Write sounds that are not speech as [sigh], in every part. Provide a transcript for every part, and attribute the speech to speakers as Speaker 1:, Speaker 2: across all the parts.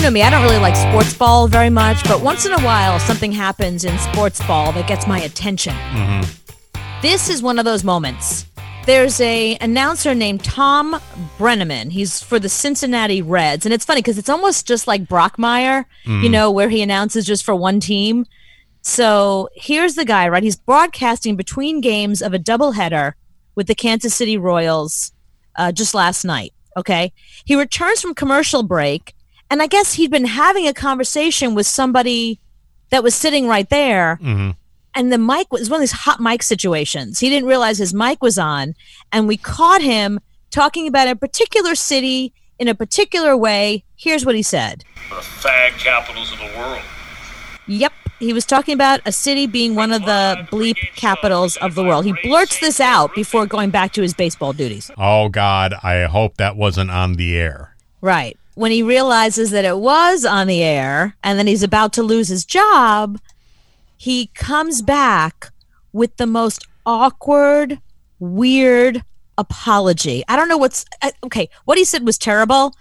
Speaker 1: know me, I don't really like sports ball very much, but once in a while, something happens in sports ball that gets my attention. This is one of those moments. There's a announcer named Tom Brenneman. He's for the Cincinnati Reds, and it's funny because it's almost just like Brockmeyer, you know, where he announces just for one team. So here's the guy, right? He's broadcasting between games of a doubleheader with the Kansas City Royals uh, just last night. Okay. He returns from commercial break, and I guess he'd been having a conversation with somebody that was sitting right there. And the mic was one of these hot mic situations. He didn't realize his mic was on, and we caught him talking about a particular city in a particular way. Here's what he said.
Speaker 2: the fag capitals of the world.
Speaker 1: Yep. He was talking about a city being one of the bleep capitals of the world. He blurts this out before going back to his baseball duties.
Speaker 3: Oh, God. I hope that wasn't on the air.
Speaker 1: Right. When he realizes that it was on the air and then he's about to lose his job, he comes back with the most awkward, weird apology. I don't know what's uh, okay. What he said was terrible.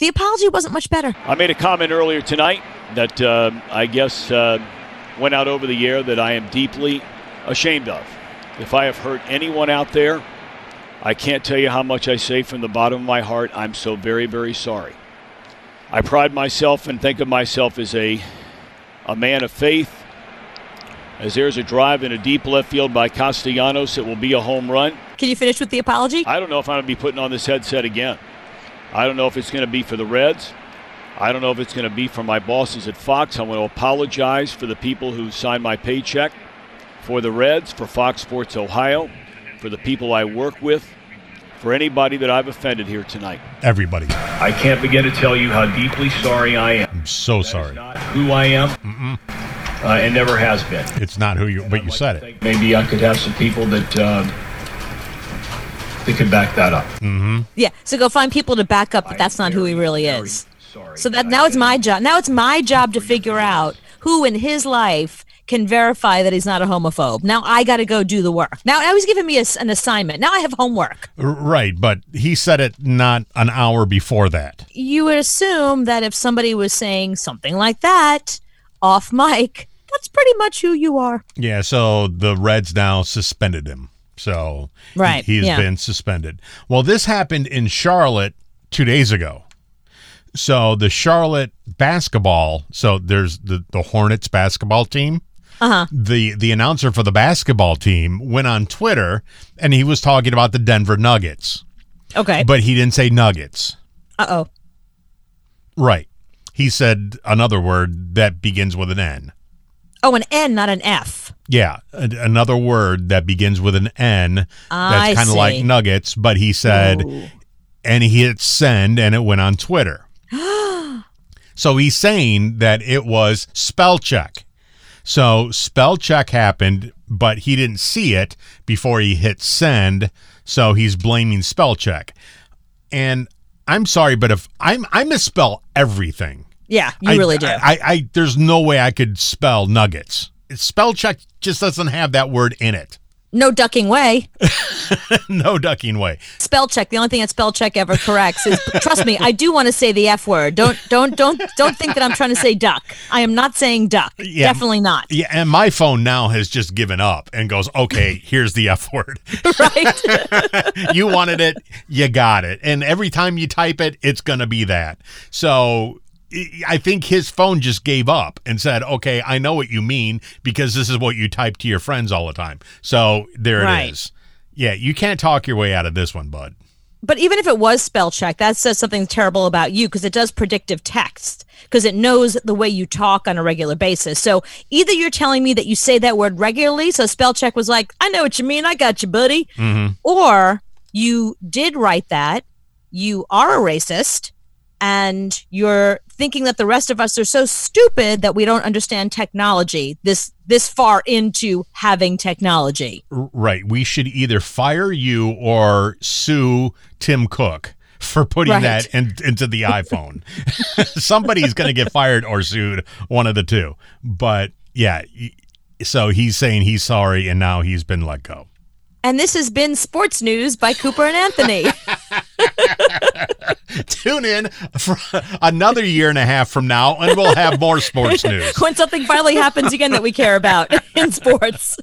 Speaker 1: The apology wasn't much better.
Speaker 4: I made a comment earlier tonight that uh, I guess uh, went out over the air that I am deeply ashamed of. If I have hurt anyone out there, I can't tell you how much I say from the bottom of my heart. I'm so very, very sorry. I pride myself and think of myself as a a man of faith. As there's a drive in a deep left field by Castellanos, it will be a home run.
Speaker 1: Can you finish with the apology?
Speaker 4: I don't know if I'm going to be putting on this headset again. I don't know if it's going to be for the Reds. I don't know if it's going to be for my bosses at Fox. I want to apologize for the people who signed my paycheck, for the Reds, for Fox Sports Ohio, for the people I work with, for anybody that I've offended here tonight.
Speaker 3: Everybody.
Speaker 2: I can't begin to tell you how deeply sorry I am.
Speaker 3: I'm so
Speaker 2: That is
Speaker 3: sorry.
Speaker 2: not who I am, uh, and never has been.
Speaker 3: It's not who you, but you
Speaker 2: I'd like
Speaker 3: said
Speaker 2: to
Speaker 3: it.
Speaker 2: think Maybe I could have some people that uh, that could back that up.
Speaker 1: Yeah. So go find people to back up that that's not who he
Speaker 2: Very,
Speaker 1: really
Speaker 2: very
Speaker 1: is.
Speaker 2: Sorry.
Speaker 1: So that
Speaker 2: I
Speaker 1: now it's
Speaker 2: didn't-
Speaker 1: my job. Now it's my job to figure out who in his life can verify that he's not a homophobe. Now I got to go do the work. Now, now he's giving me a s an assignment. Now I have homework.
Speaker 3: R- Right, but he said it not an hour before that.
Speaker 1: You would assume that if somebody was saying something like that off mic, that's pretty much who you are.
Speaker 3: Yeah, so the Reds now suspended him. So
Speaker 1: Right,
Speaker 3: he, has
Speaker 1: yeah.
Speaker 3: been suspended. Well, this happened in Charlotte two days ago. So the Charlotte basketball, so there's the, the Hornets basketball team. Uh-huh. The the announcer for the basketball team went on Twitter and he was talking about the Denver Nuggets,
Speaker 1: Okay.
Speaker 3: but he didn't say Nuggets.
Speaker 1: Uh oh.
Speaker 3: Right. He said another word that begins with an N.
Speaker 1: Oh, an N, not an F.
Speaker 3: Yeah, a- another word that begins with an N
Speaker 1: I
Speaker 3: that's kind of like
Speaker 1: see.
Speaker 3: nuggets, but he said, and he hit send and it went
Speaker 1: [gasps]
Speaker 3: on Twitter. so he's saying that it was spell check. So spell check happened, but he didn't see it before he hit send. So he's blaming spell check. And I'm sorry, but if I'm I misspell everything.
Speaker 1: Yeah, you
Speaker 3: I,
Speaker 1: really do.
Speaker 3: I, I, I there's no way I could spell nuggets. Spell check just doesn't have that word in it. [laughs]
Speaker 1: no ducking way.
Speaker 3: no ducking way.
Speaker 1: spell check. The only thing that spell check ever corrects is [laughs] trust me, I do want to say the F word. Don't don't don't don't think that I'm trying to say duck. I am not saying duck.
Speaker 3: Yeah.
Speaker 1: Definitely not.
Speaker 3: Yeah, and my phone now has just given up and goes,
Speaker 1: [laughs]
Speaker 3: okay, here's the F word.
Speaker 1: Right?
Speaker 3: [laughs] you wanted it, you got it. And every time you type it, it's going to be that. So I- I think his phone just gave up and said, okay, I know what you mean because this is what you type to your friends all the time. So there
Speaker 1: Right.
Speaker 3: it is. Yeah, you can't talk your way out of this one, bud.
Speaker 1: but even if it was spell check, that says something terrible about you because it does predictive text because it knows the way you talk on a regular basis. So either you're telling me that you say that word regularly, so spell check was like, I know what you mean, I got you, buddy, or you did write that, you are a racist, and you're thinking that the rest of us are so stupid that we don't understand technology this this far into having technology.
Speaker 3: R- Right. We should either fire you or sue Tim Cook for putting
Speaker 1: Right.
Speaker 3: that in, into the iPhone. [laughs] Somebody's going to get fired or sued, one of the two. But yeah, y- so he's saying he's sorry and now he's been let go.
Speaker 1: [laughs] And this has been sports news by Cooper and Anthony.
Speaker 3: Two tune in for another year and a half from now, [laughs]
Speaker 1: [laughs]
Speaker 3: and we'll have more sports news.
Speaker 1: when something finally happens again that we care about in sports.